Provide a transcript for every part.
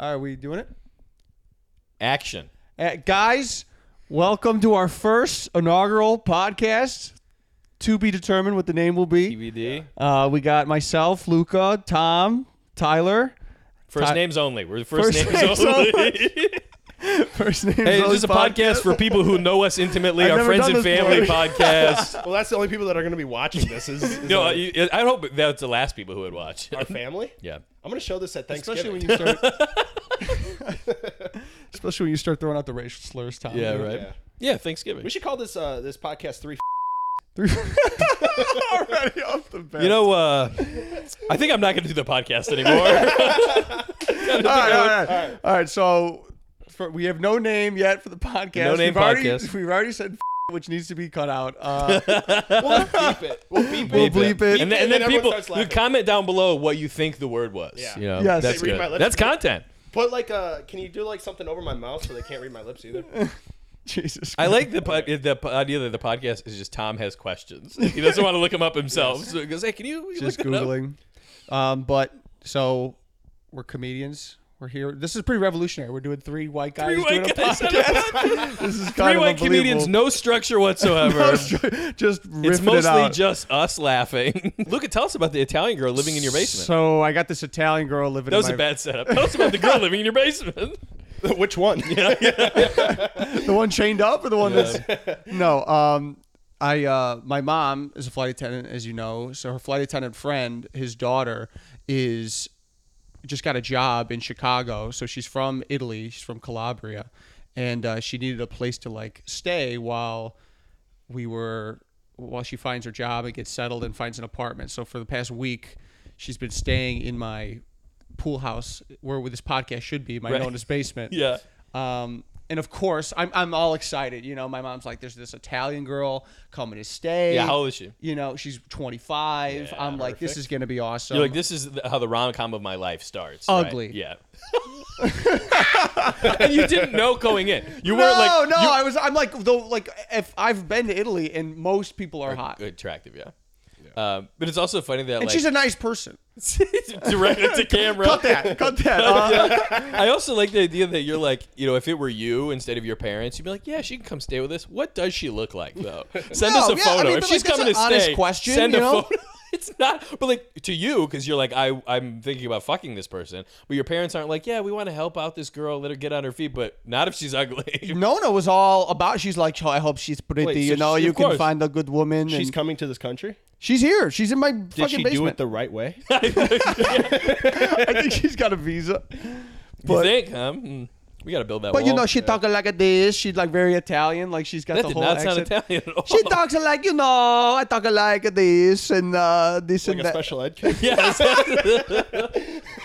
Are we doing it? Action. Uh, guys, welcome to our first inaugural podcast. To be determined what the name will be. TBD. Uh, we got myself, Luca, Tom, Tyler. First Ty- names only. We're the first, First names, names only. only. hey, First name. this is a podcast for people who know us intimately, I've our never friends done and this family before. podcast. Well, that's the only people that are going to be watching this is, is no, our, I, I hope that's the last people who would watch. our family. yeah. I'm going to show this at Thanksgiving. especially when you start. especially when you start throwing out the racial slurs, Tom. Yeah, right. Yeah. Yeah, Thanksgiving. We should call this uh, this podcast three. Already off the bat. you know, uh, I think I'm not going to do the podcast anymore. all right, all right, all right. so for, we have no name yet for the podcast. No name we've already, podcast. We've already said, which needs to be cut out. Uh, We'll beep it. We'll beep We'll it. bleep it. And, Bleep it, then, and and then everyone people, starts you laughing. comment down below what you think the word was. Yeah. You know, Yes. That's They read my good. lips. That's content. Put like a. Can you do like something over my mouth so they can't read my lips either? Jesus. I like the pod, the po- idea that the podcast is just Tom has questions. He doesn't want to look them up himself, so he goes, "Hey, can you you just look that up?" googling. Um, but so we're comedians. We're here. This is pretty revolutionary. We're doing three white guys Three doing white a guys on a podcast. podcast. This is kind Three of white comedians, unbelievable. no structure whatsoever. just riffing it's it mostly out. just us laughing. Luca, tell us about the Italian girl living in your basement. So I got this Italian girl living. that was in a my, bad setup. Tell us about the girl living in your basement. Which one? the one chained up or the one that's no um i uh my mom is a flight attendant as you know so her flight attendant friend his daughter is just got a job in chicago so she's from italy she's from calabria and uh, she needed a place to like stay while we were while she finds her job and gets settled and finds an apartment so for the past week she's been staying in my pool house where this podcast should be my Right. known as basement Yeah. um, and of course, I'm, I'm all excited. You know, my mom's like, there's this Italian girl coming to stay. Yeah, how old is she? You know, she's 25. Yeah, I'm like, this perfect. is going to be awesome. You're like, this is the- how the rom com of my life starts. Ugly. Right? Yeah. and you didn't know going in. You no, weren't like no, you- I was, I'm like, though, like, if I've been to Italy and most people are hot. attractive. Yeah. Um, but it's also funny that And like she's a nice person. direct it to camera. Cut that. Cut that. Uh, I also like the idea that you're like, you know, if it were you instead of your parents, you'd be like, yeah, she can come stay with us. What does she look like though? Send No, us a yeah, I photo. mean, if but, she's like, that's coming an to honest stay, question, send you a know? photo. It's not, but like to you, because you're like, I, I'm thinking about fucking this person, but your parents aren't like, yeah, we want to help out this girl, let her get on her feet, but not if she's ugly. Nona was all about, she's like, oh, I hope she's pretty. Wait, so you know, she- you of can course. find a good woman. She's and- coming to this country. she's here. She's in my Did fucking she do basement. it the right way? I think she's got a visa. you But- think? Huh? Hmm. We got to build that. But you wall. know, she talking like this. She's like very Italian. Like she's got that the did whole not sound accent. Italian at all. She talks like you know, I talk like this and uh, this Like and a that. special ed kid. Yeah, is that,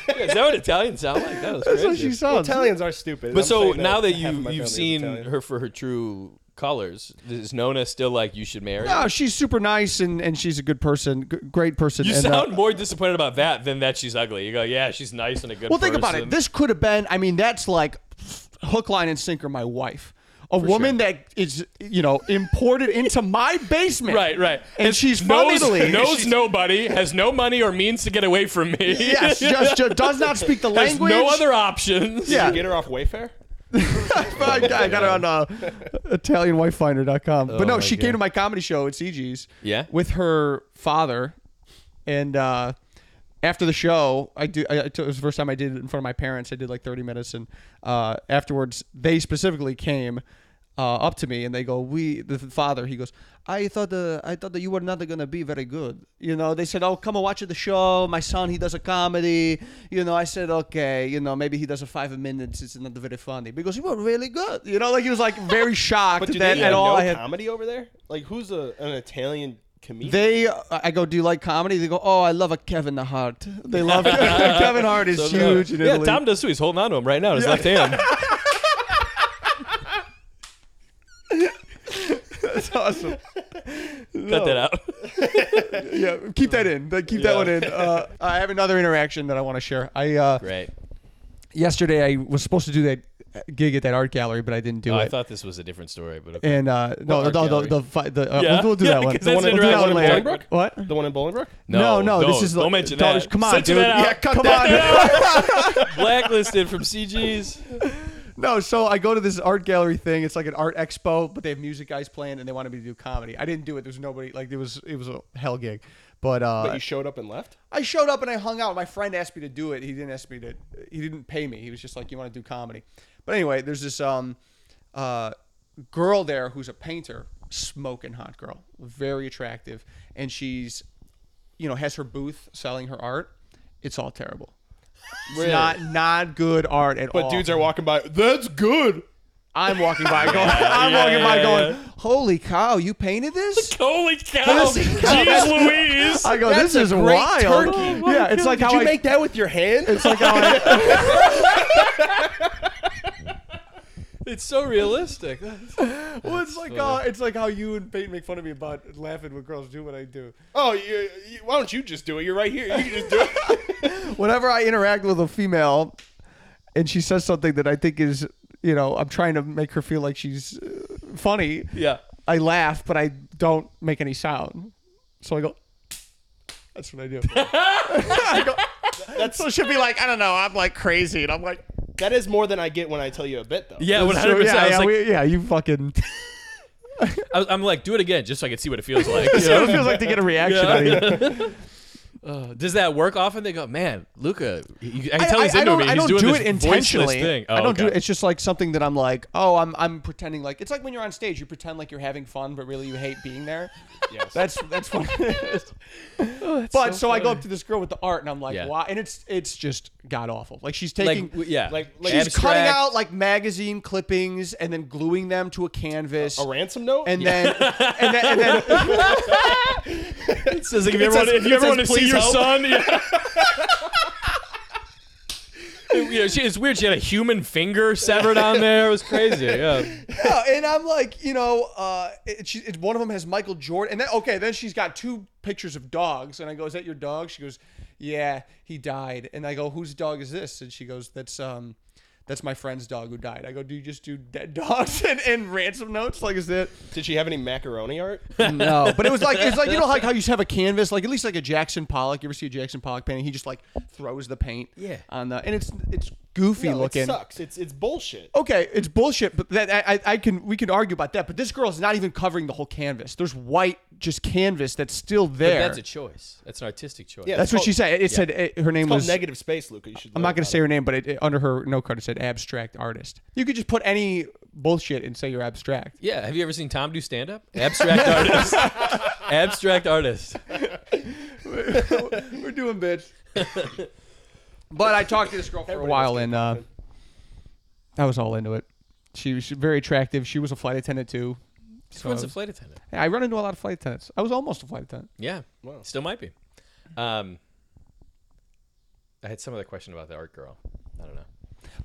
Yeah, is that what Italians sound like? That was That's what crazy. she Well, sounds. Italians are stupid. but I'm so saying now that half of you my you've family is seen Italian. her for her true colors, is Nona still like you should marry? no, her? she's super nice and, and she's a good person, g- great person. you and, uh, sound more disappointed about that than that she's ugly. You go, yeah, she's nice and a good. well, think about person." it. This could have been. I mean, that's like hook, line, and sinker. My wife, a woman that is you know imported into my basement. Right, right, And It's- she's from knows, Italy. Knows She's- nobody, has no money or means to get away from me. Yes, just, just does not speak the has language. no other options. Yeah. Did you get her off Wayfair. I got I got her on uh, ItalianWifeFinder.com. But my no, she God. came to my comedy show at CG's. Yeah? With her father, and uh, after the show, I do. I, I took- it was the first time I did it in front of my parents. I did like 30 minutes, and uh, afterwards, they specifically came. Uh, up to me and they go we the father he goes i thought uh, i thought that you were not gonna be very good you know they said oh come and watch the show my son he does a comedy you know i said okay you know maybe he does a five minutes it's not very funny because you were really good you know like he was like very shocked But do that they at have all no i had comedy over there? Like, who's a, an Italian comedian? they, I go, do you like comedy? They go, oh, I love a Kevin Hart. They love Kevin Hart is huge in yeah, Italy. Tom does too. He's holding on to him right now. in His left hand. That's awesome. Cut that out. Yeah, keep that in. Like, Keep that Yeah. one in. Uh, I have another interaction that I want to share. I uh, Great. yesterday I was supposed to do that gig at that art gallery, but I didn't do Oh, it. I thought this was a different story, but okay. and uh, no, art no, the gallery? the, fi- the uh, Yeah. we'll, we'll do Yeah, that one. 'cause that's we'll do interactive that one with later. Bolingbrook? What? The one in Bolingbrook? No, no, this don't- is don't like- mention don't- that. come on, Censor dude. that out. Yeah, cut Come that on. Blacklisted from CG's. No, so I go to this art gallery thing. It's like an art expo, but they have music guys playing, and they wanted me to do comedy. I didn't do it. There was nobody. Like it was it was a hell gig, but uh, But you showed up and left? I showed up and I hung out. My friend asked me to do it. He didn't ask me to. He didn't pay me. He was just like, "You want to do comedy?" But anyway, there's this um, uh, girl there who's a painter, smoking hot girl, very attractive, and she's, you know, has her booth selling her art. It's all terrible. It's Really? not not good art at But all. dudes are walking by. That's good. I'm walking by going. I'm yeah, walking by yeah, going. yeah. Holy cow! You painted this. Holy cow. Holy cow. Jeez Louise. I go. That's this a is great wild. turkey. Oh my Yeah, it's like God. how Did you I make that with your hand? It's like how I. It's so realistic. Well, it's like uh, it's like how you and Peyton make fun of me about laughing when girls do what I do. oh, you, you, why don't you just do it? You're right here. You can just do it. Whenever I interact with a female, and she says something that I think is, you know, I'm trying to make her feel like she's uh, funny. Yeah. I laugh, but I don't make any sound. So I go. That's what I do. I go, that's so she'll be like, I don't know, I'm like crazy, and I'm like, that is more than I get when I tell you a bit, though. Yeah, 100%. so, yeah, I was yeah, like, we- yeah, you fucking. I, I'm like, do it again just so I can see what it feels like. That's what it feels like to get a reaction out of you. Uh, does that work often? They go, man, Luca, you, I can tell he's into don't, me. I he's don't doing do this it voiceless intentionally. Thing. Oh, I don't do it. okay. It's just like something that I'm like, oh, I'm I'm pretending like it's like when you're on stage, you pretend like you're having fun, but really you hate being there. Yes. That's that's what it is. but so, so I go funny. up to this girl with the art, and I'm like, Yeah. why? And it's it's just god awful. Like she's Like, taking. w- yeah. like- like She's cutting abstract. out like magazine clippings and then gluing them to a canvas, A ransom note? and then and then, and then It says, like, if It you ever says- want to, if you it ever says, want to see "Please your help." son, yeah. It- yeah, she, it's weird. She had a human finger severed on there. It was crazy. Yeah, Yeah, and I'm like, you know, uh, it, she, it, one of them has Michael Jordan, and then okay, then she's got two pictures of dogs, and I go, "Is that your dog?" She goes, "Yeah, he died." And I go, "Whose dog is this?" And she goes, "That's um, that's my friend's dog who died." I go, "Do you just do dead dogs and, and ransom notes? Like, is that Did she have any macaroni art? no?" But it was like it's like you know like how you have a canvas, like at least like a Jackson Pollock. You ever see a Jackson Pollock painting? He just like throws the paint, Yeah. on the and it's it's goofy No, looking It sucks. It's, it's bullshit. okay, it's bullshit, but that I, I, I can we can argue about that. But this girl's not even covering the whole canvas. There's white just canvas that's still there. that's a choice. That's an artistic choice. Yeah. That's what she said. It, it said eh, her name It's called was. negative space, Luca. You should. I'm not going to say her name, but it, it- under her note card it said abstract artist. You could just put any bullshit and say you're abstract. Yeah, have you ever seen Tom do stand up? Abstract artist. Abstract artist. We're doing bitch. but I talked to this girl for a Everybody while, must and uh, I was all into it. She was very attractive. She was a flight attendant too. So I, Everyone's a was- flight attendant. I run into a lot of flight attendants. I was almost a flight attendant. Yeah. Wow. Still might be. Um, I had some other question about the art girl. I don't know.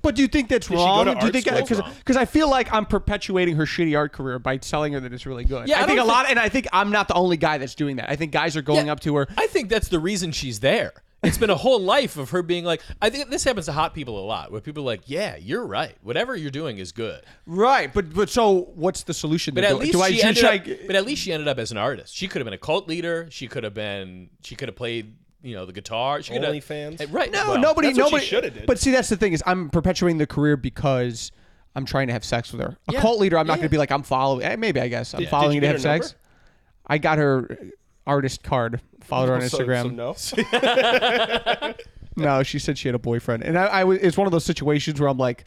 But do you think that's go wrong? to Do you art think school? because Wrong. because I feel like I'm perpetuating her shitty art career by telling her that it's really good. Yeah, I, I think a don't lot, and I think I'm not the only guy that's doing that. I think guys are going Yeah. up to her. I think that's the reason she's there. It's been a whole life of her being like, I think this happens to hot people a lot, where people are like, yeah, you're right. Whatever you're doing is good. Right, but but so what's the solution? But to at do, least do I, she should- ended should I- up, But at least she ended up as an artist. She could have been a cult leader. She could have been. She could have played. You know, the guitar. She could have- OnlyFans? Right? no, well, nobody, that's what she nobody. shoulda did. But see, that's the thing is I'm perpetuating the career because I'm trying to have sex with her. A Yeah. cult leader, I'm not Yeah. going to be like I'm following. eh, Maybe I guess I'm did following you you to get have her sex. I got her artist card. Followed her on So- Instagram. So, no. No, she said she had a boyfriend, and I, I was, it's one of those situations where I'm like,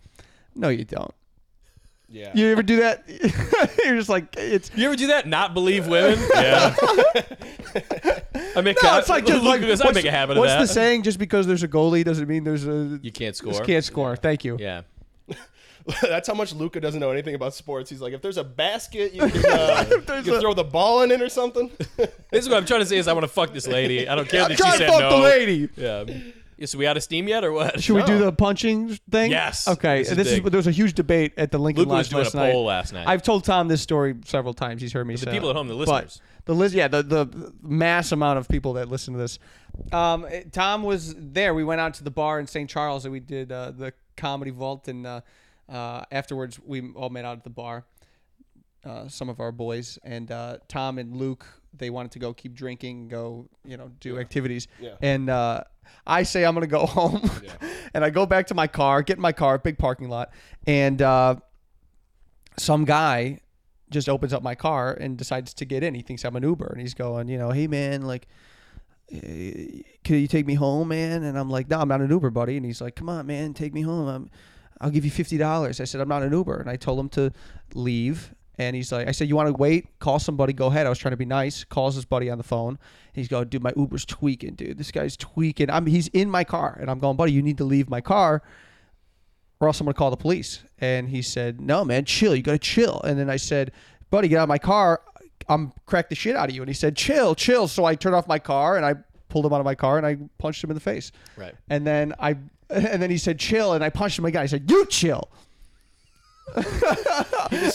no, you don't. yeah. You ever do that? You're just like it's. You ever do that? Not believe women? yeah. I make. No, it's like just Luke like goes, I what's- make a habit of What's that. the saying? Just because there's a goalie doesn't mean there's a You can't just score. can't score. Thank you. Yeah. That's how much Luca doesn't know anything about sports. He's like, if there's a basket, you can, uh, you there's can a- throw the ball in it or something. This is what I'm trying to say is I want to fuck this lady. I don't care I'm that trying she to said fuck no. the lady. Yeah. Yeah, So we out of steam yet or what? Should we do the punching thing? Yes. Okay. This is this is big. there was a huge debate at the Lincoln Luke was Lodge doing last a night. poll last night. I've told Tom this story several times. He's heard me. The people at home, the listeners. the list, yeah, the, the mass amount of people that listen to this. Um, it- Tom was there. We went out to the bar in St. Charles and we did uh, the comedy vault and. Uh, Uh, afterwards, we all met out at the bar. Uh, some of our boys and uh, Tom and Luke, they wanted to go keep drinking, go you know do activities. Yeah. And uh, I say I'm gonna go home, and I go back to my car, get in my car, big parking lot, and uh, some guy just opens up my car and decides to get in. He thinks I'm an Uber, and he's going, you know, hey man, like, eh, can you take me home, man? And I'm like, no, I'm not an Uber, buddy. And he's like, come on, man, take me home. I'm, I'll give you fifty dollars. I said, I'm not an Uber, and I told him to leave. And he's like, I said, you want to wait? Call somebody. Go ahead. I was trying to be nice. Calls his buddy on the phone. He's going, dude, my Uber's tweaking, dude. This guy's tweaking. I'm, he's in my car, and I'm going, buddy, you need to leave my car or else I'm gonna call the police. And he said, No, man, chill. You gotta chill. And then I said, Buddy, get out of my car. I'm crack the shit out of you. And he said, Chill, chill. So I turned off my car and I pulled him out of my car and I punched him in the face. Right. And then I and then he said, Chill. And I punched him again. I said, You chill. Submitted to And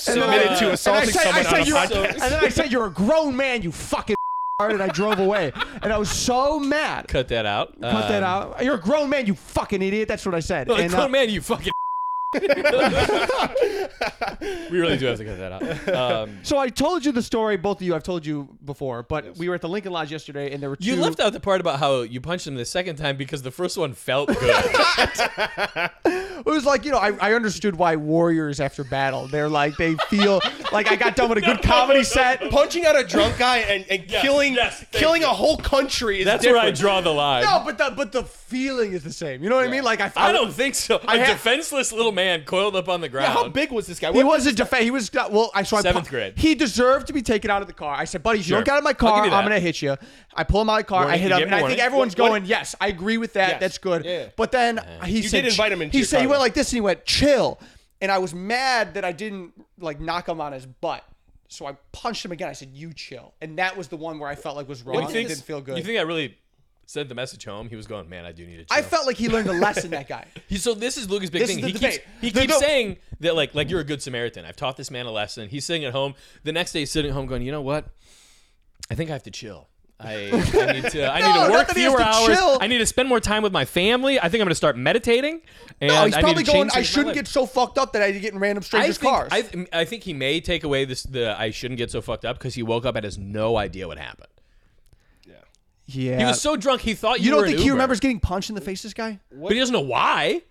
I assaulting said, I someone on a said, you're, podcast. and then I said, You're a grown man, you fucking and I drove away. And I was so mad. Cut that out. Um, Cut that out. You're a grown man, you fucking idiot. That's what I said. Like, And, uh, come man, you fucking. we really do have to cut that out. Um, So I told you the story, both of you. I've told you before, but we were at the Lincoln Lodge yesterday, and there were two. you left out the part about how you punched him the second time because the first one felt good. It was like you know, I, I understood why warriors after battle, they're like they feel like I got done with a good comedy set. No, punching out a drunk guy and, and killing yes, thank killing a whole country is That's where I different. draw the line. but the but the feeling is the same. You know what I mean? Like I, I don't think so. A ha- defenseless little man coiled up on the ground. Yeah, how big was this guy? He What- was a defense. He was not- well. I so I Seventh pu- grade. He deserved to be taken out of the car. I said, buddy, if you Sure. don't get out of my I'll car, give I'm you that. gonna hit you. I pull him out of the car. I Warning, hit you him, get and I warning. think everyone's What- what- going, yes, I agree with that. Yes. That's good. Yeah. But then he did said, invite him into he your said he car, went though. like this, and he went chill, and I was mad that I didn't like knock him on his butt. So I punched him again. I said, "You chill," and that was the one where I felt like was wrong. You and think- didn't feel good. You think I really sent the message home? He was going, man, I do need a chill. I felt like he learned a lesson. That guy. He- so this is Lucas' big This thing. is the he debate. keeps, he The- keeps no- saying that like like you're a good Samaritan. I've taught this man a lesson. He's sitting at home. The next day, he's sitting at home going, you know what? I think I have to chill. I, I need to. I No, need to not work that he has fewer to hours. chill. I need to spend more time with my family. I think I'm going to start meditating. And Oh, he's I need probably to going. change I things in my shouldn't life." get so fucked up that I get in random I strangers' think, cars. I, th- I think he may take away this. The I shouldn't get so fucked up because he woke up and has no idea what happened. yeah. He was so drunk he thought you, you were don't an think he Uber. remembers getting punched in the face? This guy. But he doesn't know why.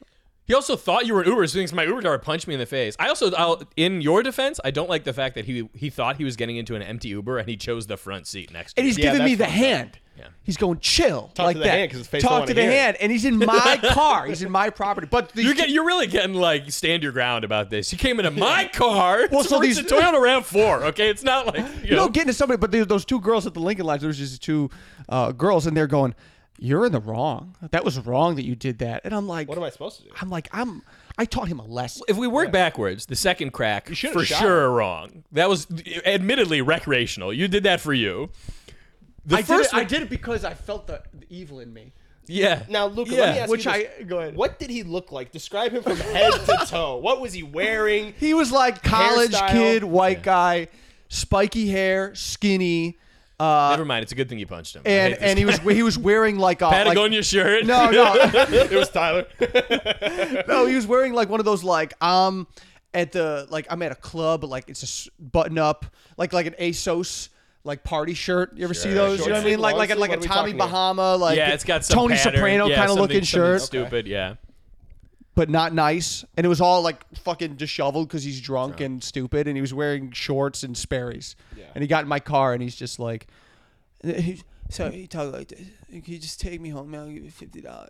He also thought you were an Uber, so he thinks my Uber driver punched me in the face. I also, I'll, in your defense, I don't like the fact that he he thought he was getting into an empty Uber and he chose the front seat next to and me. he's Yeah, giving me that's the fucked up. hand. He's going chill to like the that. hand 'cause his face don't Talk wanna to the hear it. hand, and he's in my car. He's in my property. But the, You're getting, you're really getting like stand your ground about this. You came into my car. Well, so so these these- Toyota Rav4. Okay, it's not like you you know. know, getting to somebody. But there- those two girls at the Lincoln Lodge, there's just two uh, girls, and they're going, "You're in the wrong. That was wrong that you did that." And I'm like, What am I supposed to do? I'm like, I'm. I taught him a lesson. if we work backwards, the second crack should've for shot sure wrong. That was admittedly recreational. You did that for you. The I did, first it, one- I did it because I felt the, the evil in me. yeah. Now, Luca, Yeah. let me ask Which you this. I- go ahead. What did he look like? Describe him from head to toe. What was he wearing? He was like college Hairstyle. kid, white guy, spiky hair, skinny, uh, Never mind. It's a good thing you punched him. I and hate this and he was he was wearing like a like, Patagonia shirt. no no it was Tyler. No, he was wearing like one of those like um at the like I'm at a club, but like it's a button up like like an ASOS like party shirt. You ever see Sure. those? you Short know what I sleeve, mean? Like long like a, sleeve, like a what are we Tommy talking here? Bahama like yeah, it's got some Tony pattern. Soprano Yeah, kind of something- looking something shirt, Stupid, yeah. but not nice. And it was all like fucking disheveled because he's drunk, and stupid, and he was wearing shorts and Sperry's. And he got in my car, and he's just like, he- so he talked like this. Can you just take me home? I'll give you fifty dollars.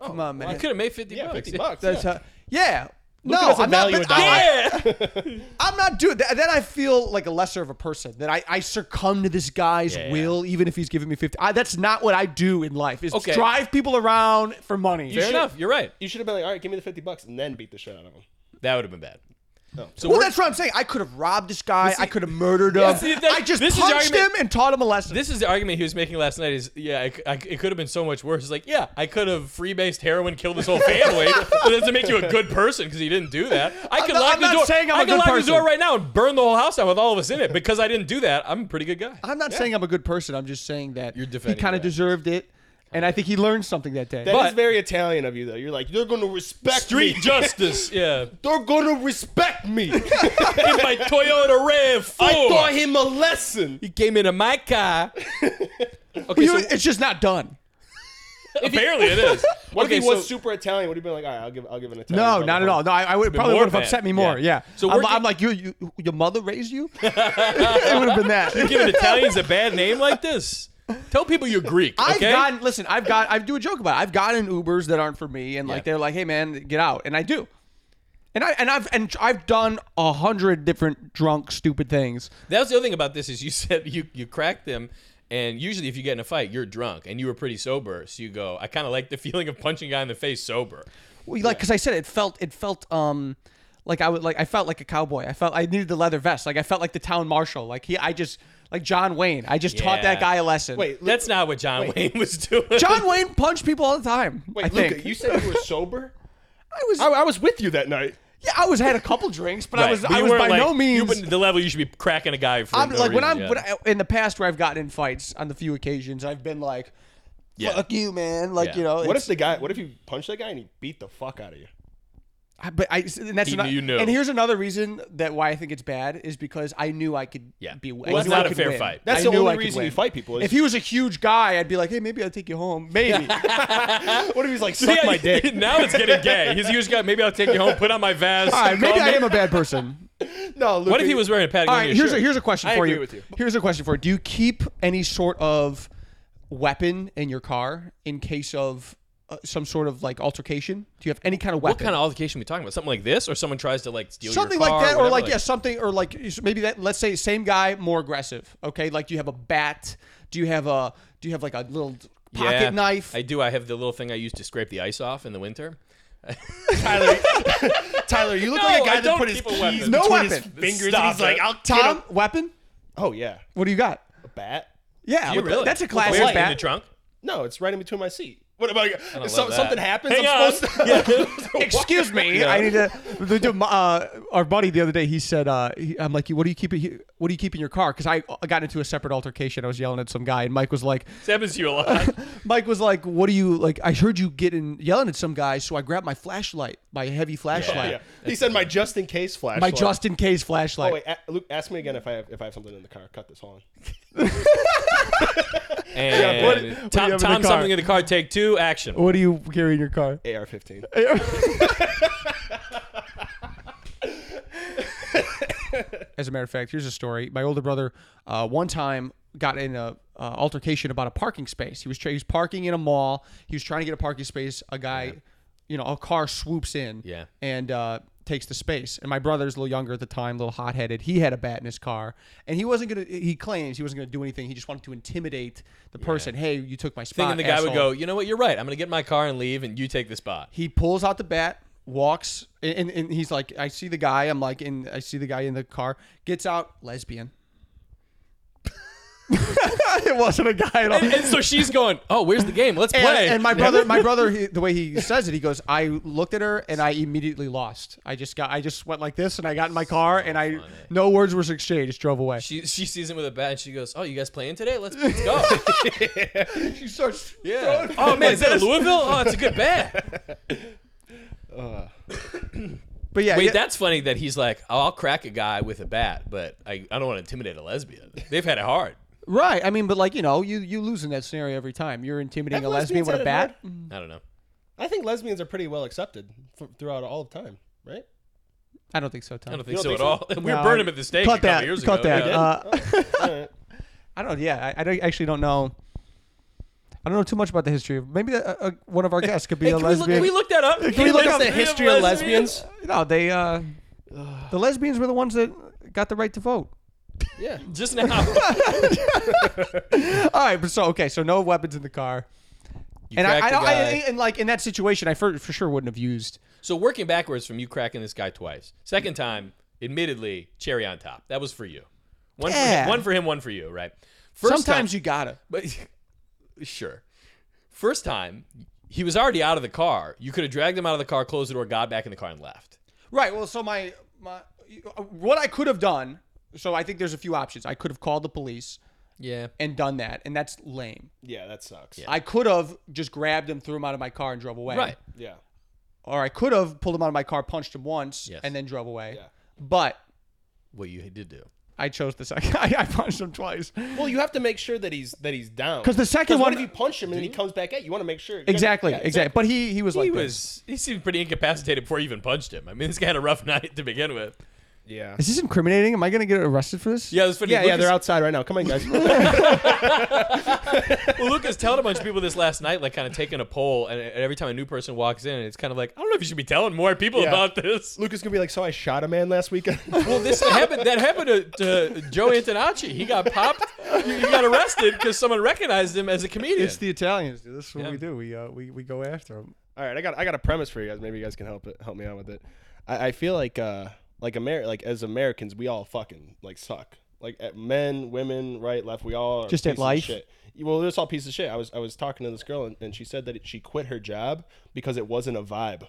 Oh, Come on, man. I could have made fifty yeah, bucks. fifty bucks. That's yeah. how- yeah. at No, us I'm and not. value but a I- dollar. I- Yeah. I'm not doing that. Then I feel like a lesser of a person. That I, I succumb to this guy's Yeah, yeah. will, even if he's giving me fifty. I, that's not what I do in life. Is Okay. drive people around for money. Fair enough. You're right. You should have been like, all right, give me the fifty bucks, and then beat the shit out of him. That would have been bad. So well, we're- that's what I'm saying. I could have robbed this guy. I could have murdered him. Yeah, see, that- I just this is the punched him argument- and taught him a lesson. this is the argument he was making last night. Is yeah, I c- I c- it could have been so much worse. It's like yeah, I could have freebased heroin, killed his whole family. but that doesn't make you a good person because he didn't do that. I could not- lock I'm the not door. saying I'm I a could good lock person. the door right now and burn the whole house down with all of us in it because I didn't do that. I'm a pretty good guy. I'm not saying I'm a good person. I'm just saying that You're defending he kind that. of deserved it. and I think he learned something that day. That is But- very Italian of you, though. You're like, they're gonna respect Street me. justice. Yeah. They're gonna respect me. In my Toyota Rav I 4. taught him a lesson. He came into my car. Okay, But so you- it's just not done. apparently it is. What okay, if he was so, super Italian? Would have been like, all right, I'll give, I'll give an Italian. No, brother not at hug." all. No, I, I would probably more would have bad. upset me more. Yeah. Yeah. So So we're I'm, get- I'm like, you, you, your mother raised you. it would have been that. giving Italians a bad name like this? Tell people you're Greek. I've Okay? gotten listen, I've got I do a joke about it. I've gotten Ubers that aren't for me and Yeah. like they're like, hey man, get out. And I do. And I and I've and I've done a hundred different drunk, stupid things. That was the other thing about this is you said you you cracked them, and usually if you get in a fight, you're drunk and you were pretty sober, so you go. I kind of like the feeling of punching a guy in the face sober. Well, like because I said it felt it felt um like I would like I felt like a cowboy. I felt I needed the leather vest. Like I felt like the town marshal. Like he I just like John Wayne. I just taught Yeah. that guy a lesson. Wait, Luke, That's not what John Wayne was doing. John Wayne punched people all the time. I wait, think Luca, you said you were sober. I was I, I was with you that night. yeah, I was had a couple drinks, but I Right. was But I you was weren't by like- no means you wouldn't- the level you should be cracking a guy for. I'm no like when reason, I'm yeah. when I, in the past where I've gotten in fights on the few occasions I've been like, Yeah. "Fuck you, man!" Like Yeah. you know, What it's- if the guy? What if you punched that guy and he beat the fuck out of you? I- but I and that's He ano- knew you knew. And here's another reason that why I think it's bad is because I knew I could Yeah. be. I Well, it's knew I not a could fair win. fight. That's I the knew only I could reason you win. fight people. Is If he was a huge guy, I'd be like, "Hey, maybe I'll take you home." Maybe. what if he's like, suck Yeah, my dick? now it's getting gay. He's a huge guy. Maybe I'll take you home, put on my vest. All right, maybe call I me- am a bad person. No, Luca, What if he was wearing a All Patagonia right, here's a, shirt? here's a question I for agree you. with you. Here's a question for you. Do you keep any sort of weapon in your car in case of uh, some sort of like altercation? Do you have any kind of weapon? what kind of altercation are we talking about? Something like this, or someone tries to like steal something your like car that, or whatever, like, yeah, something, or like is- maybe that. Let's say same guy, more aggressive. Okay, like do you have a bat? Do you have a? Do you have like a little pocket Yeah, knife? I do. I have the little thing I use to scrape the ice off in the winter. Tyler? Tyler, you look No, like a I guy that don't put his keep a keys weapon. between No his weapon. fingers and Stop he's like, it. "I'll get him." Tom, weapon? Oh yeah, What do you got? a bat. Yeah, Do you with- really? that's a Where, classic in the bat. trunk. No, it's right in between my seat. What about you? So, love that. something happens? Hang I'm on. supposed to. Excuse me, I need to. the- the- uh, our buddy the other day, he said, uh, he- "I'm like, what do you keep? it- What do you keep in your car?" Because I I got into a separate altercation. I was yelling at some guy, and Mike was like, This happens to you a lot. Mike was like, "What do you like? I heard you getting yelling at some guy, so I grabbed my flashlight, my heavy flashlight, Yeah. He said my just in case flash. my just in case flashlight." Oh, wait, a- Luke, ask me again if I have if I have something in the car. Cut this. Hold on. And what- what do you Tom, have in the Tom car? something in the car. Take two. Action. What do you carry in your car? AR-15. As a matter of fact, here's a story. My older brother, uh, one time, got in a uh, altercation about a parking space. He was tra- he was parking in a mall. He was trying to get a parking space. A guy, you know, a car swoops in. Yeah. And uh, takes the space. And my brother's a little younger at the time, a little hot headed. He had a bat in his car, and he wasn't gonna. He claims he wasn't gonna do anything. He just wanted to intimidate the person. Hey, you took my spot. Thinking the guy would asshole." go, you know what? You're right. I'm gonna get in my car and leave, and you take the spot. he pulls out the bat walks and, and, and he's like i see the guy i'm like and i see the guy in the car gets out lesbian it wasn't a guy at all And, and so she's going, oh, where's the game? Let's and, play. and my brother my brother he, the way he says it he goes i looked at her and i immediately lost i just got i just went like this and i got in my car and i no words were exchanged drove away she she sees him with a bat, and she goes, oh, you guys playing today? Let's, let's go. she starts yeah. Oh man, is that a Louisville? Oh, it's a good bat. but yeah Wait, yeah, that's funny that he's like, oh, I'll crack a guy with a bat, but I, I don't want to intimidate a lesbian. They've had it hard. right i mean but like you know you you lose in that scenario every time you're intimidating Have a lesbian lesbians with had a it bat I don't know. I think lesbians are pretty well accepted f- throughout all of time, right? i don't think so tom I don't think You so at don't all. think we were No, burning him at the stake a cut couple that years cut ago. that Yeah. uh, All right. I don't. Yeah, I, I don't- actually don't know. I don't know too much about the history. of Maybe uh, uh, one of our guests could be Hey, a can, we look, lesbian. can we look that up? Can we look up the history of lesbians? no, they. Uh, the lesbians were the ones that got the right to vote. Yeah. Just now. All right, but so okay, so no weapons in the car. You And I, I, cracked a don't- I, guy. and like in that situation, I for, for sure wouldn't have used. so working backwards from you cracking this guy twice. Second time, admittedly, cherry on top. That was for you. One, for, Yeah. him, one for him, one for you, right? First Sometimes time, you gotta. but sure. First time, he was already out of the car. You could have dragged him out of the car, closed the door, got back in the car, and left. Right. Well, so my my what I could have done. So I think there's a few options. I could have called the police. Yeah. and done that, and that's lame. Yeah, that sucks. Yeah. I could have just grabbed him, threw him out of my car, and drove away. Right. Yeah. Or I could have pulled him out of my car, punched him once, Yes. and then drove away. Yeah. But What you did do. I chose the second. I, I punched him twice. Well, you have to make sure that he's that he's down. 'Cause the second what one- if you punch him and then he comes back at you? You want to make sure. you gotta- Exactly, yeah, exactly. But he he was He like this. was. He seemed pretty incapacitated before you even punched him. I mean, this guy had a rough night to begin with. Yeah. Is this incriminating? Am I gonna get arrested for this? Yeah, it was funny. Yeah, yeah, Lucas- they're outside right now. Come on, guys. Well, Lucas telling a bunch of people this last night, like kind of taking a poll, and and every time a new person walks in, it's kind of like I don't know if you should be telling more people Yeah. about this. Lucas gonna be like, so I shot a man last weekend. Well, this happened. That happened to, to Joe Antonacci. He got popped. He got arrested because someone recognized him as a comedian. It's the Italians, dude. This is what Yeah. we do. We uh, we we go after them. All right, I got I got a premise for you guys. Maybe you guys can help it help me out with it. I, I feel like uh like Amer like as Americans we all fucking like suck. Like at men, women, right, left, we all are Just at pieces of life? shit. Well, we're just all pieces of shit. I was I was talking to this girl and, and she said that it, she quit her job because it wasn't a vibe.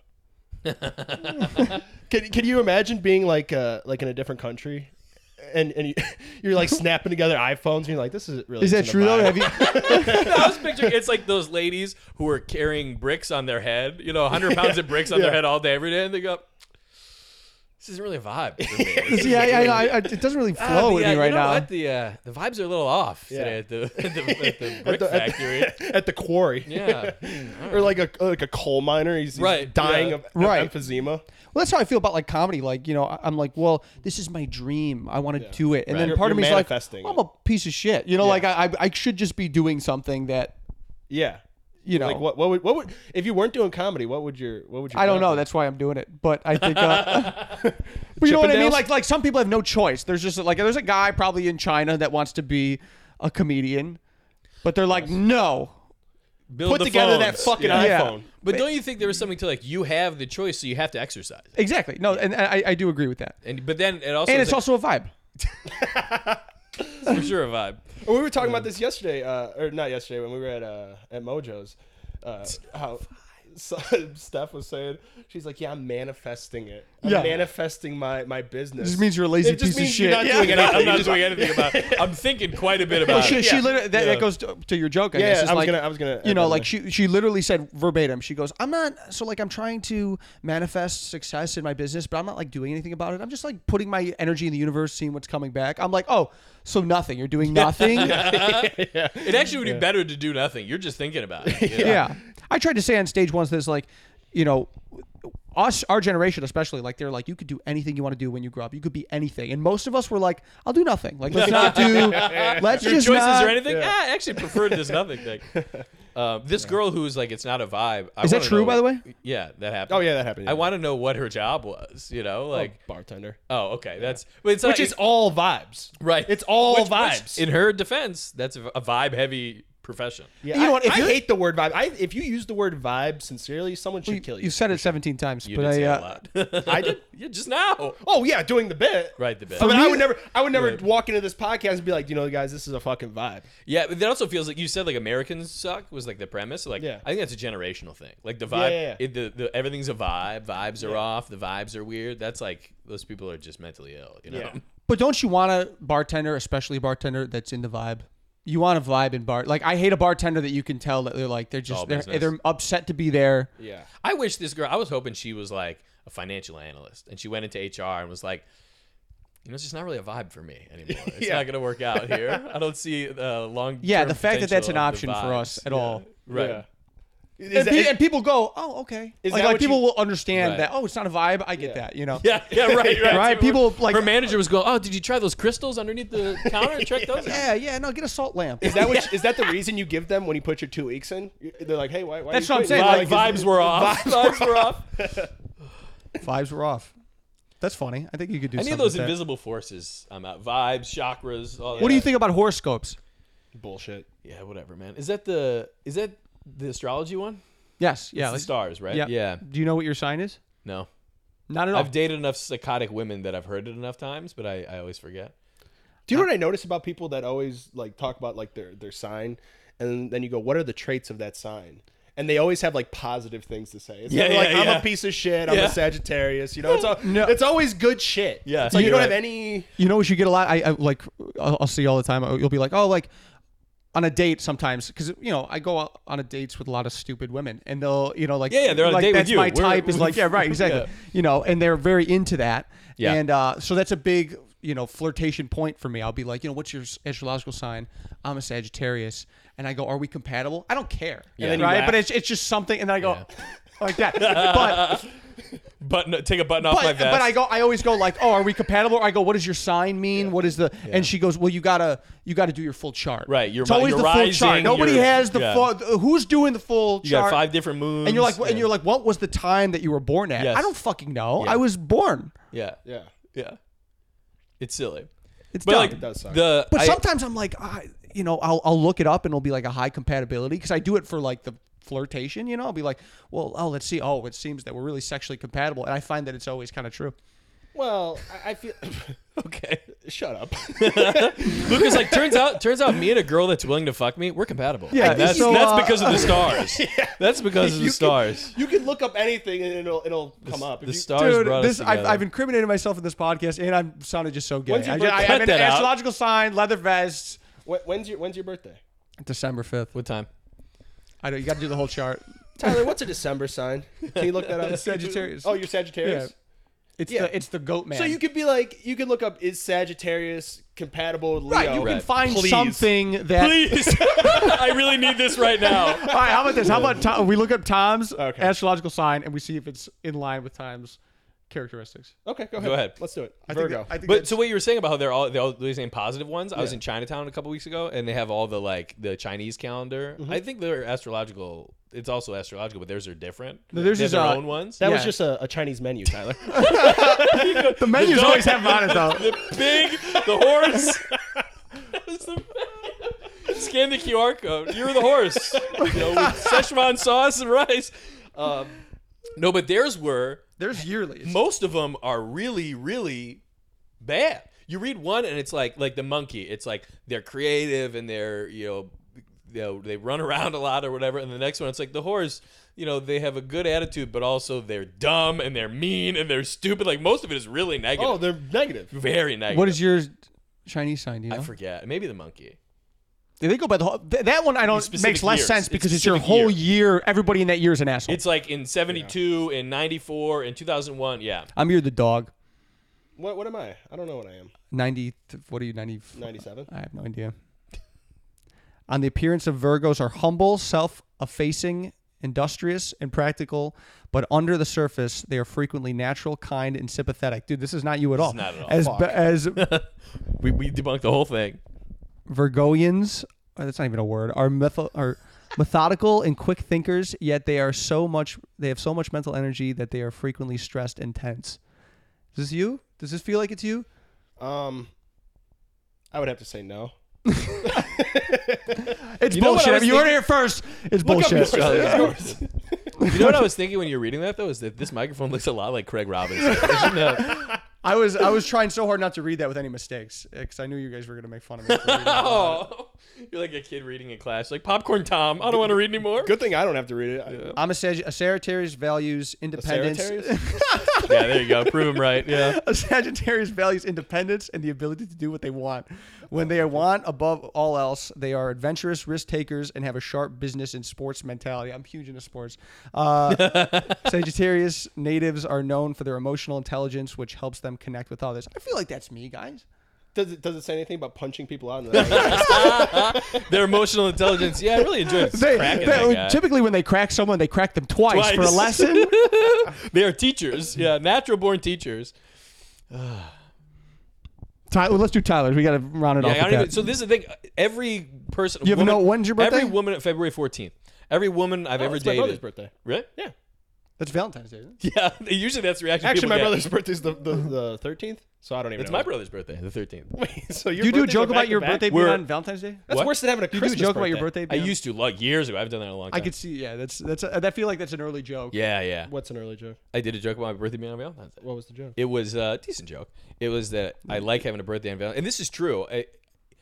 can can you imagine being like uh like in a different country? And, and you, you're like snapping together iPhones. And you're like, this is really Is that isn't a true though? Have vibe. you? I was picturing it's like those ladies who are carrying bricks on their head, you know, 100 pounds of bricks on their Yeah. head all day, every day, and they go, "This isn't really a vibe." For me. yeah, yeah, no, I, I, it doesn't really Ah, flow the, with uh, me you right know now. What? The uh, the vibes are a little off Yeah. today at the, at the, at the at brick the, at factory. the, at the quarry? yeah, or like a like a coal miner. He's, he's Right, dying yeah. of, of Right. emphysema. Well, that's how I feel about like comedy. Like, you know, I- I'm like, well, this is my dream. I want to do it. And Right. then You're- part of you're me is like, manifesting I'm a piece of shit. You know, like I, I I should just be doing something that, Yeah. you know, Like what? What would? What would? If you weren't doing comedy, what would your? What would your? I don't job know. be? That's why I'm doing it. But I think, uh, but you know what I mean? Chippendales? Like, like some people have no choice. There's just like, there's a guy probably in China that wants to be a comedian, but they're like, no. Build put the together that phones. fucking Yeah. iPhone. But don't you think there was something to like? You have the choice, so you have to exercise. Exactly. No. And, and I, I do agree with that. And but then it also And is it's like, also a vibe. for sure a vibe. Or we were talking about this yesterday, uh, or not yesterday when we were at uh, at Mojo's. Uh, how so, Steph was saying, she's like, "Yeah, I'm manifesting it. I'm Yeah. manifesting my my business." It just means you're a lazy It just piece of means shit. You're not Yeah. doing I'm not, I'm anything. You're not just- doing anything about. it. I'm thinking quite a bit Well, about. she, it. she Yeah. literally that, Uh, Yeah. that goes to, to your joke. I Yeah, guess. yeah, is I was like, gonna- I was gonna You know, add like that. she she literally said verbatim. She goes, "I'm not so like I'm trying to manifest success in my business, but I'm not like doing anything about it. I'm just like putting my energy in the universe, seeing what's coming back. I'm like, oh, so nothing. You're doing nothing. yeah. It actually would be better to do nothing. You're just thinking about it. you know? I tried to say on stage once this like, you know. Us, our generation especially, like they're like, you could do anything you want to do when you grow up. You could be anything, and most of us were like, "I'll do nothing." Like, let's not do, let's your just choices not. or anything. Ah, I actually preferred this nothing thing. Um, this girl who's like, it's not a vibe. I Is that wanna true, know- by the way? Yeah, that happened. Oh yeah, that happened. I want to know what her job was. You know, like bartender. oh, okay, that's but it's not- Which is all vibes, right. It's all Which- which, vibes. in her defense, that's a vibe heavy profession. yeah, You know I- what, if I, you're- hate the word vibe. I, if you use the word vibe sincerely, someone should You, kill you. have said it 17 times, You but did I, say uh, a lot. I did. yeah, just now. Oh yeah, doing the bit. Right, the bit. I mean, I me- would never, I would never Yeah. walk into this podcast and be like, you know, guys, this is a fucking vibe. Yeah, but that also feels like you said like Americans suck was like the premise. Like Yeah. I think that's a generational thing. Like the yeah, vibe, yeah. It, the, the everything's a vibe. Vibes are off. The vibes are weird. That's like those people are just mentally ill. You know. Yeah. But don't you want a bartender, especially a bartender that's in the vibe? You want a vibe in bar. Like I hate a bartender that you can tell that they're like they're all just they're, business. they're upset to be there. Yeah. I wish this girl. I was hoping she was like a financial analyst, and she went into HR and was like, you know, it's just not really a vibe for me anymore. It's Yeah. not gonna work out here. I don't see uh, the long. Yeah, the fact that that's an option for us at all. Right. Yeah. Is And, that- pe- is- and people go, oh, okay. Is like that like what you- people will understand Right. that. Oh, it's not a vibe. I get Yeah. that. You know. Yeah, yeah, right, right. Right, people, like- her manager was going, "Oh, did you try those crystals underneath the counter? Check those out." Yeah, yeah. No, get a salt lamp. is that what is that the reason you give them when you put your two weeks in? You- They're like, hey, why? why That's you what I'm quit? saying, You're Like, like, vibes were off. Vibes were off. Vibes were off. That's funny. I think you could do Any something of those with that. invisible forces, I'm out. Vibes, chakras, all that. What do you think about horoscopes? bullshit. Yeah, whatever, man. Is that the is that the astrology one? Yes. Yeah. It's the like- stars, right? yeah. Yeah. Do you know what your sign is? No. Not at all. I've dated enough psychotic women that I've heard it enough times, but I, I always forget. Do you know what I notice about people that always like talk about like their their sign, and then you go, what are the traits of that sign? And they always have like positive things to say. It's Yeah, never like yeah, I'm yeah. a piece of shit. I'm Yeah. a Sagittarius. You know, it's all, No. it's always good shit. Yeah. it's like you You're don't right. have any. You know what you get a lot? I, I like I'll, I'll see you all the time. You'll be like, oh, like on a date sometimes because you know I go out on a dates with a lot of stupid women and they'll you know like Yeah, yeah, they're on a like, date with that's you. My We're- type is like yeah right exactly Yeah. you know and they're very into that Yeah. and uh, so that's a big you know flirtation point for me. I'll be like you know what's your astrological sign? I'm a Sagittarius and I go are we compatible? I don't care Yeah. then you right laugh. but it's it's just something and then I go like that but Button, take a button off my but, vest. but I go I always go like, "Oh, are we compatible?" Or I go, "What does your sign mean? What is the?" And she goes, "Well, you got to you got to do your full chart." Right, your it's mo- always your the rising, full chart. Nobody your- has the yeah. full who's doing the full you chart. got five different moons. and you're like and yeah. you're like, "What was the time that you were born at?" Yes. I don't fucking know. Yeah. I was born. yeah, yeah, Yeah. It's silly. It's But dumb. like does suck. the but I- sometimes I'm like, I, you know, I'll I'll look it up and it'll be like a high compatibility because I do it for like the flirtation, you know. I'll be like, "Well, oh, let's see. Oh, it seems that we're really sexually compatible." And I find that it's always kind of true. Well, I, I feel. okay. shut up. Lucas like turns out turns out me and a girl that's willing to fuck me, we're compatible. Yeah, Like, that's so, that's uh, because of the stars. That's because of the You can- stars. You can look up anything and it'll it'll come up. If The you- stars Dude, brought this us I've, together. I've incriminated myself in this podcast, and I'm sounded just so gay. When's your I, just, I, birthday? I'm Cut an that out. astrological sign, leather vest. Wh- when's your When's your birthday? December fifth. what time? I know you got to do the whole chart. Tyler, what's a December sign? Can you look that up? Sagittarius. Oh, you're Sagittarius. Yeah. It's Yeah. the it's the goat man. So you could be like, you could look up is Sagittarius compatible with Leo? right? You can Right. find Please. something that. Please, I really need this right now. All right, how about this? How about Tom, we look up Tom's Okay. astrological sign and we see if it's in line with Tom's characteristics? Okay, go ahead. Go ahead. Let's do it. I Virgo. think. That, I think But that's- so what you were saying about how they're all they all always name positive ones? I was in Chinatown a couple weeks ago, and they have all the like the Chinese calendar. Mm-hmm. I think they're astrological. It's also astrological, but theirs are different. No, theirs They have is, their uh, own ones. that was yeah. just a, a Chinese menu, Tyler. the menus dog- always have on it though. the pig, the horse. That was the- Scan the QR code. You're the horse. You know, with Szechuan sauce and rice. Um, no, but theirs were There's yearly. most of them are really really bad you read one and it's like like the monkey it's like they're creative and they're you know you know, they run around a lot or whatever and the next one it's like the horse you know they have a good attitude but also they're dumb and they're mean and they're stupid like most of it is really negative oh, they're negative. very negative What is your Chinese sign? Do you know? i forget maybe the monkey Yeah, they go by the whole. th- that one I don't specific makes less years. sense It's because it's your specific whole year. Everybody in that year is an asshole. it's like in 72 in 94 in 2001 yeah I'm here the dog. What What am I? I don't know what I am. 90 th- what are you 90 97. I have no idea. On the appearance of Virgos are humble, self-effacing, industrious, and practical, but under the surface they are frequently natural, kind, and sympathetic. Dude, this is not you at all. not at all. As ba- as we, we debunked the whole thing Virgoians, uh, that's not even a word, are metho- are methodical and quick thinkers, yet they are so much they have so much mental energy that they are frequently stressed and tense. Is this you? Does this feel like it's you? Um, I would have to say no. It's know what I bullshit. was you heard it thinking? here first. It's Look up bullshit. yours. It's yours. Oh, you know what i was thinking when you were reading that though is that this microphone looks a lot like craig robinson Isn't that- I was I was trying so hard not to read that with any mistakes because I knew you guys were gonna make fun of me. For reading it. Oh, you're like a kid reading in class, like popcorn Tom. I don't want to read anymore. Good thing I don't have to read it. I- I'm a, Sag- a Sagittarius values independence. Sagittarius? Yeah, there you go. Prove him right. Yeah. A Sagittarius values independence and the ability to do what they want. When they want, above all else, they are adventurous risk takers and have a sharp business and sports mentality. I'm huge into sports. Uh, Sagittarius natives are known for their emotional intelligence, which helps them connect with others. I feel like that's me, guys. Does it Does it say anything about punching people out in the Their emotional intelligence. Yeah, I really enjoyed They, cracking they- that guy. typically, when they crack someone, they crack them twice. for a Twice. lesson. They are teachers. Yeah, natural born teachers. Tyler, let's do Tyler's. We got to round it Yeah, off. I with don't even, that. so this is the thing. Every person. You have woman, no- when's your birthday? Every woman February 14th. Every woman I've ever Oh, it's my dated. brother's birthday. Really? Yeah. That's Valentine's Day. isn't it? Yeah. Usually that's the reaction. Actually, people my get. brother's birthday's the the the thirteenth, so I don't even. It's know. my brother's birthday, the 13th. Wait, so your Do you do a birthdays are joke about back to your back? birthday being We're- on Valentine's Day? That's What? worse than having a Do you do a Christmas joke birthday. about your birthday? I being on- used to, like years ago. I've done that in a long I time. could see. Yeah, that's that's. I feel like that's an early joke. Yeah, yeah. What's an early joke? I did a joke about my birthday being on Valentine's Day. What was the joke? It was a decent joke. It was that I like having a birthday on Valentine's, and this is true. I,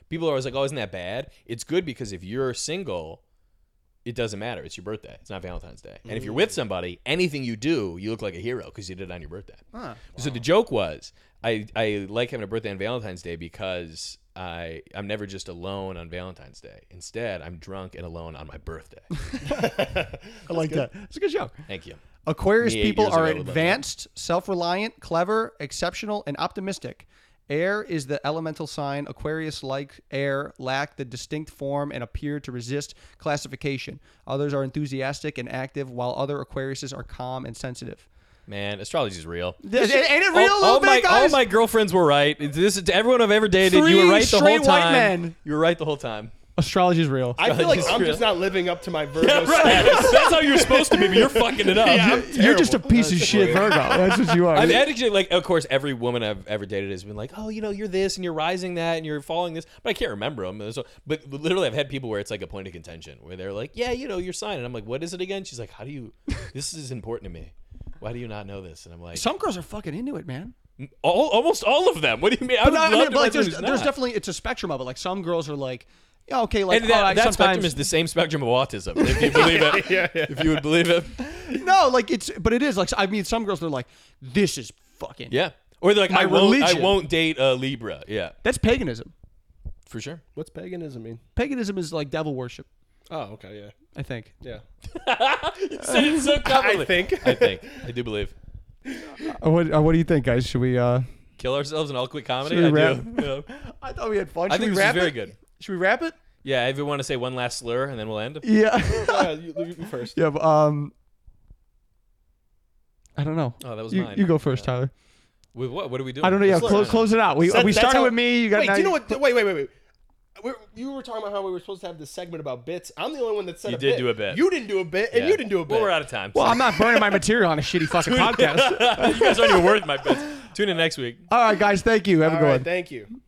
people are always like, "Oh, isn't that bad?" It's good because if you're single, it doesn't matter. It's your birthday. It's not Valentine's Day. And if you're with somebody, anything you do, you look like a hero because you did it on your birthday. So the joke was, I I like having a birthday on Valentine's Day because. I I'm never just alone on Valentine's Day. Instead, I'm drunk and alone on my birthday. I like that. It's a good joke. Thank you. Aquarius Me eight people years are ago would love advanced, self reliant, clever, exceptional, and optimistic. Air is the elemental sign. Aquarius, like air, lack the distinct form and appear to resist classification. Others are enthusiastic and active, while other Aquariuses are calm and sensitive. Man, astrology's real. Ain't it real, all, a little all bit, my, all guys? my girlfriends were right. This is to everyone I've ever dated. you Three were right the straight whole white time. men. You were right the whole time. Astrology is real. I feel like Just I'm real- just not living up to my Virgo. Right. That's how you're supposed to be, but you're fucking it up. You're just a piece of shit, Virgo. That's what you are. I've actually, like, of course, every woman I've ever dated has been like, "Oh, you know, you're this, and you're rising that, and you're following this," but I can't remember them. So, but literally, I've had people where it's like a point of contention, where they're like, "Yeah, you know, your sign," and I'm like, "What is it again?" She's like, "How do you? This is important to me. Why do you not know this?" And I'm like, Some girls are fucking into it, man. all, "Almost all of them. What do you mean? I But would no, I love mean, to but like, find someone there's, who's there's not. definitely it's a spectrum of it. Like some girls are like, yeah, okay, like oh, And that, all right, that sometimes spectrum is the same spectrum of autism, if you believe it. If you would believe it, No, like it's, but it is like I mean, some girls they're like, this is fucking yeah. Or they're like, My I won't, religion. I won't date a Libra. Yeah, That's paganism. for sure. What's paganism mean? Paganism is like devil worship, Oh, okay, yeah, I think. yeah. You said it so confidently. think. I think. I do believe. what uh, What do you think, guys? Should we? uh kill ourselves and all quit comedy? Should I we do. Yeah. I thought we had fun. I Should think we this wrap is very it? good. Should we wrap it? Yeah, if you want to say one last slur and then we'll end. Yeah. Uh, you, you first. yeah. But, um. I don't know. Oh, that was You, mine. you go first, Yeah. Tyler. With what? What are we doing? I don't know. Yeah, Slur. close, close it out. We, That- we that's started how- with me. You got. Wait, now do you know what? Wait, wait, wait, wait. We're, you were talking about how we were supposed to have this segment about bits. I'm the only one that said You a did bit. do a bit. You didn't do a bit, Yeah. and you didn't do a bit. Well, we're out of time. Well, I'm not burning my material on a shitty fucking podcast. you guys aren't even worth my bits. Tune in next week. All right, guys. Thank you. Have a All good right, one. thank you.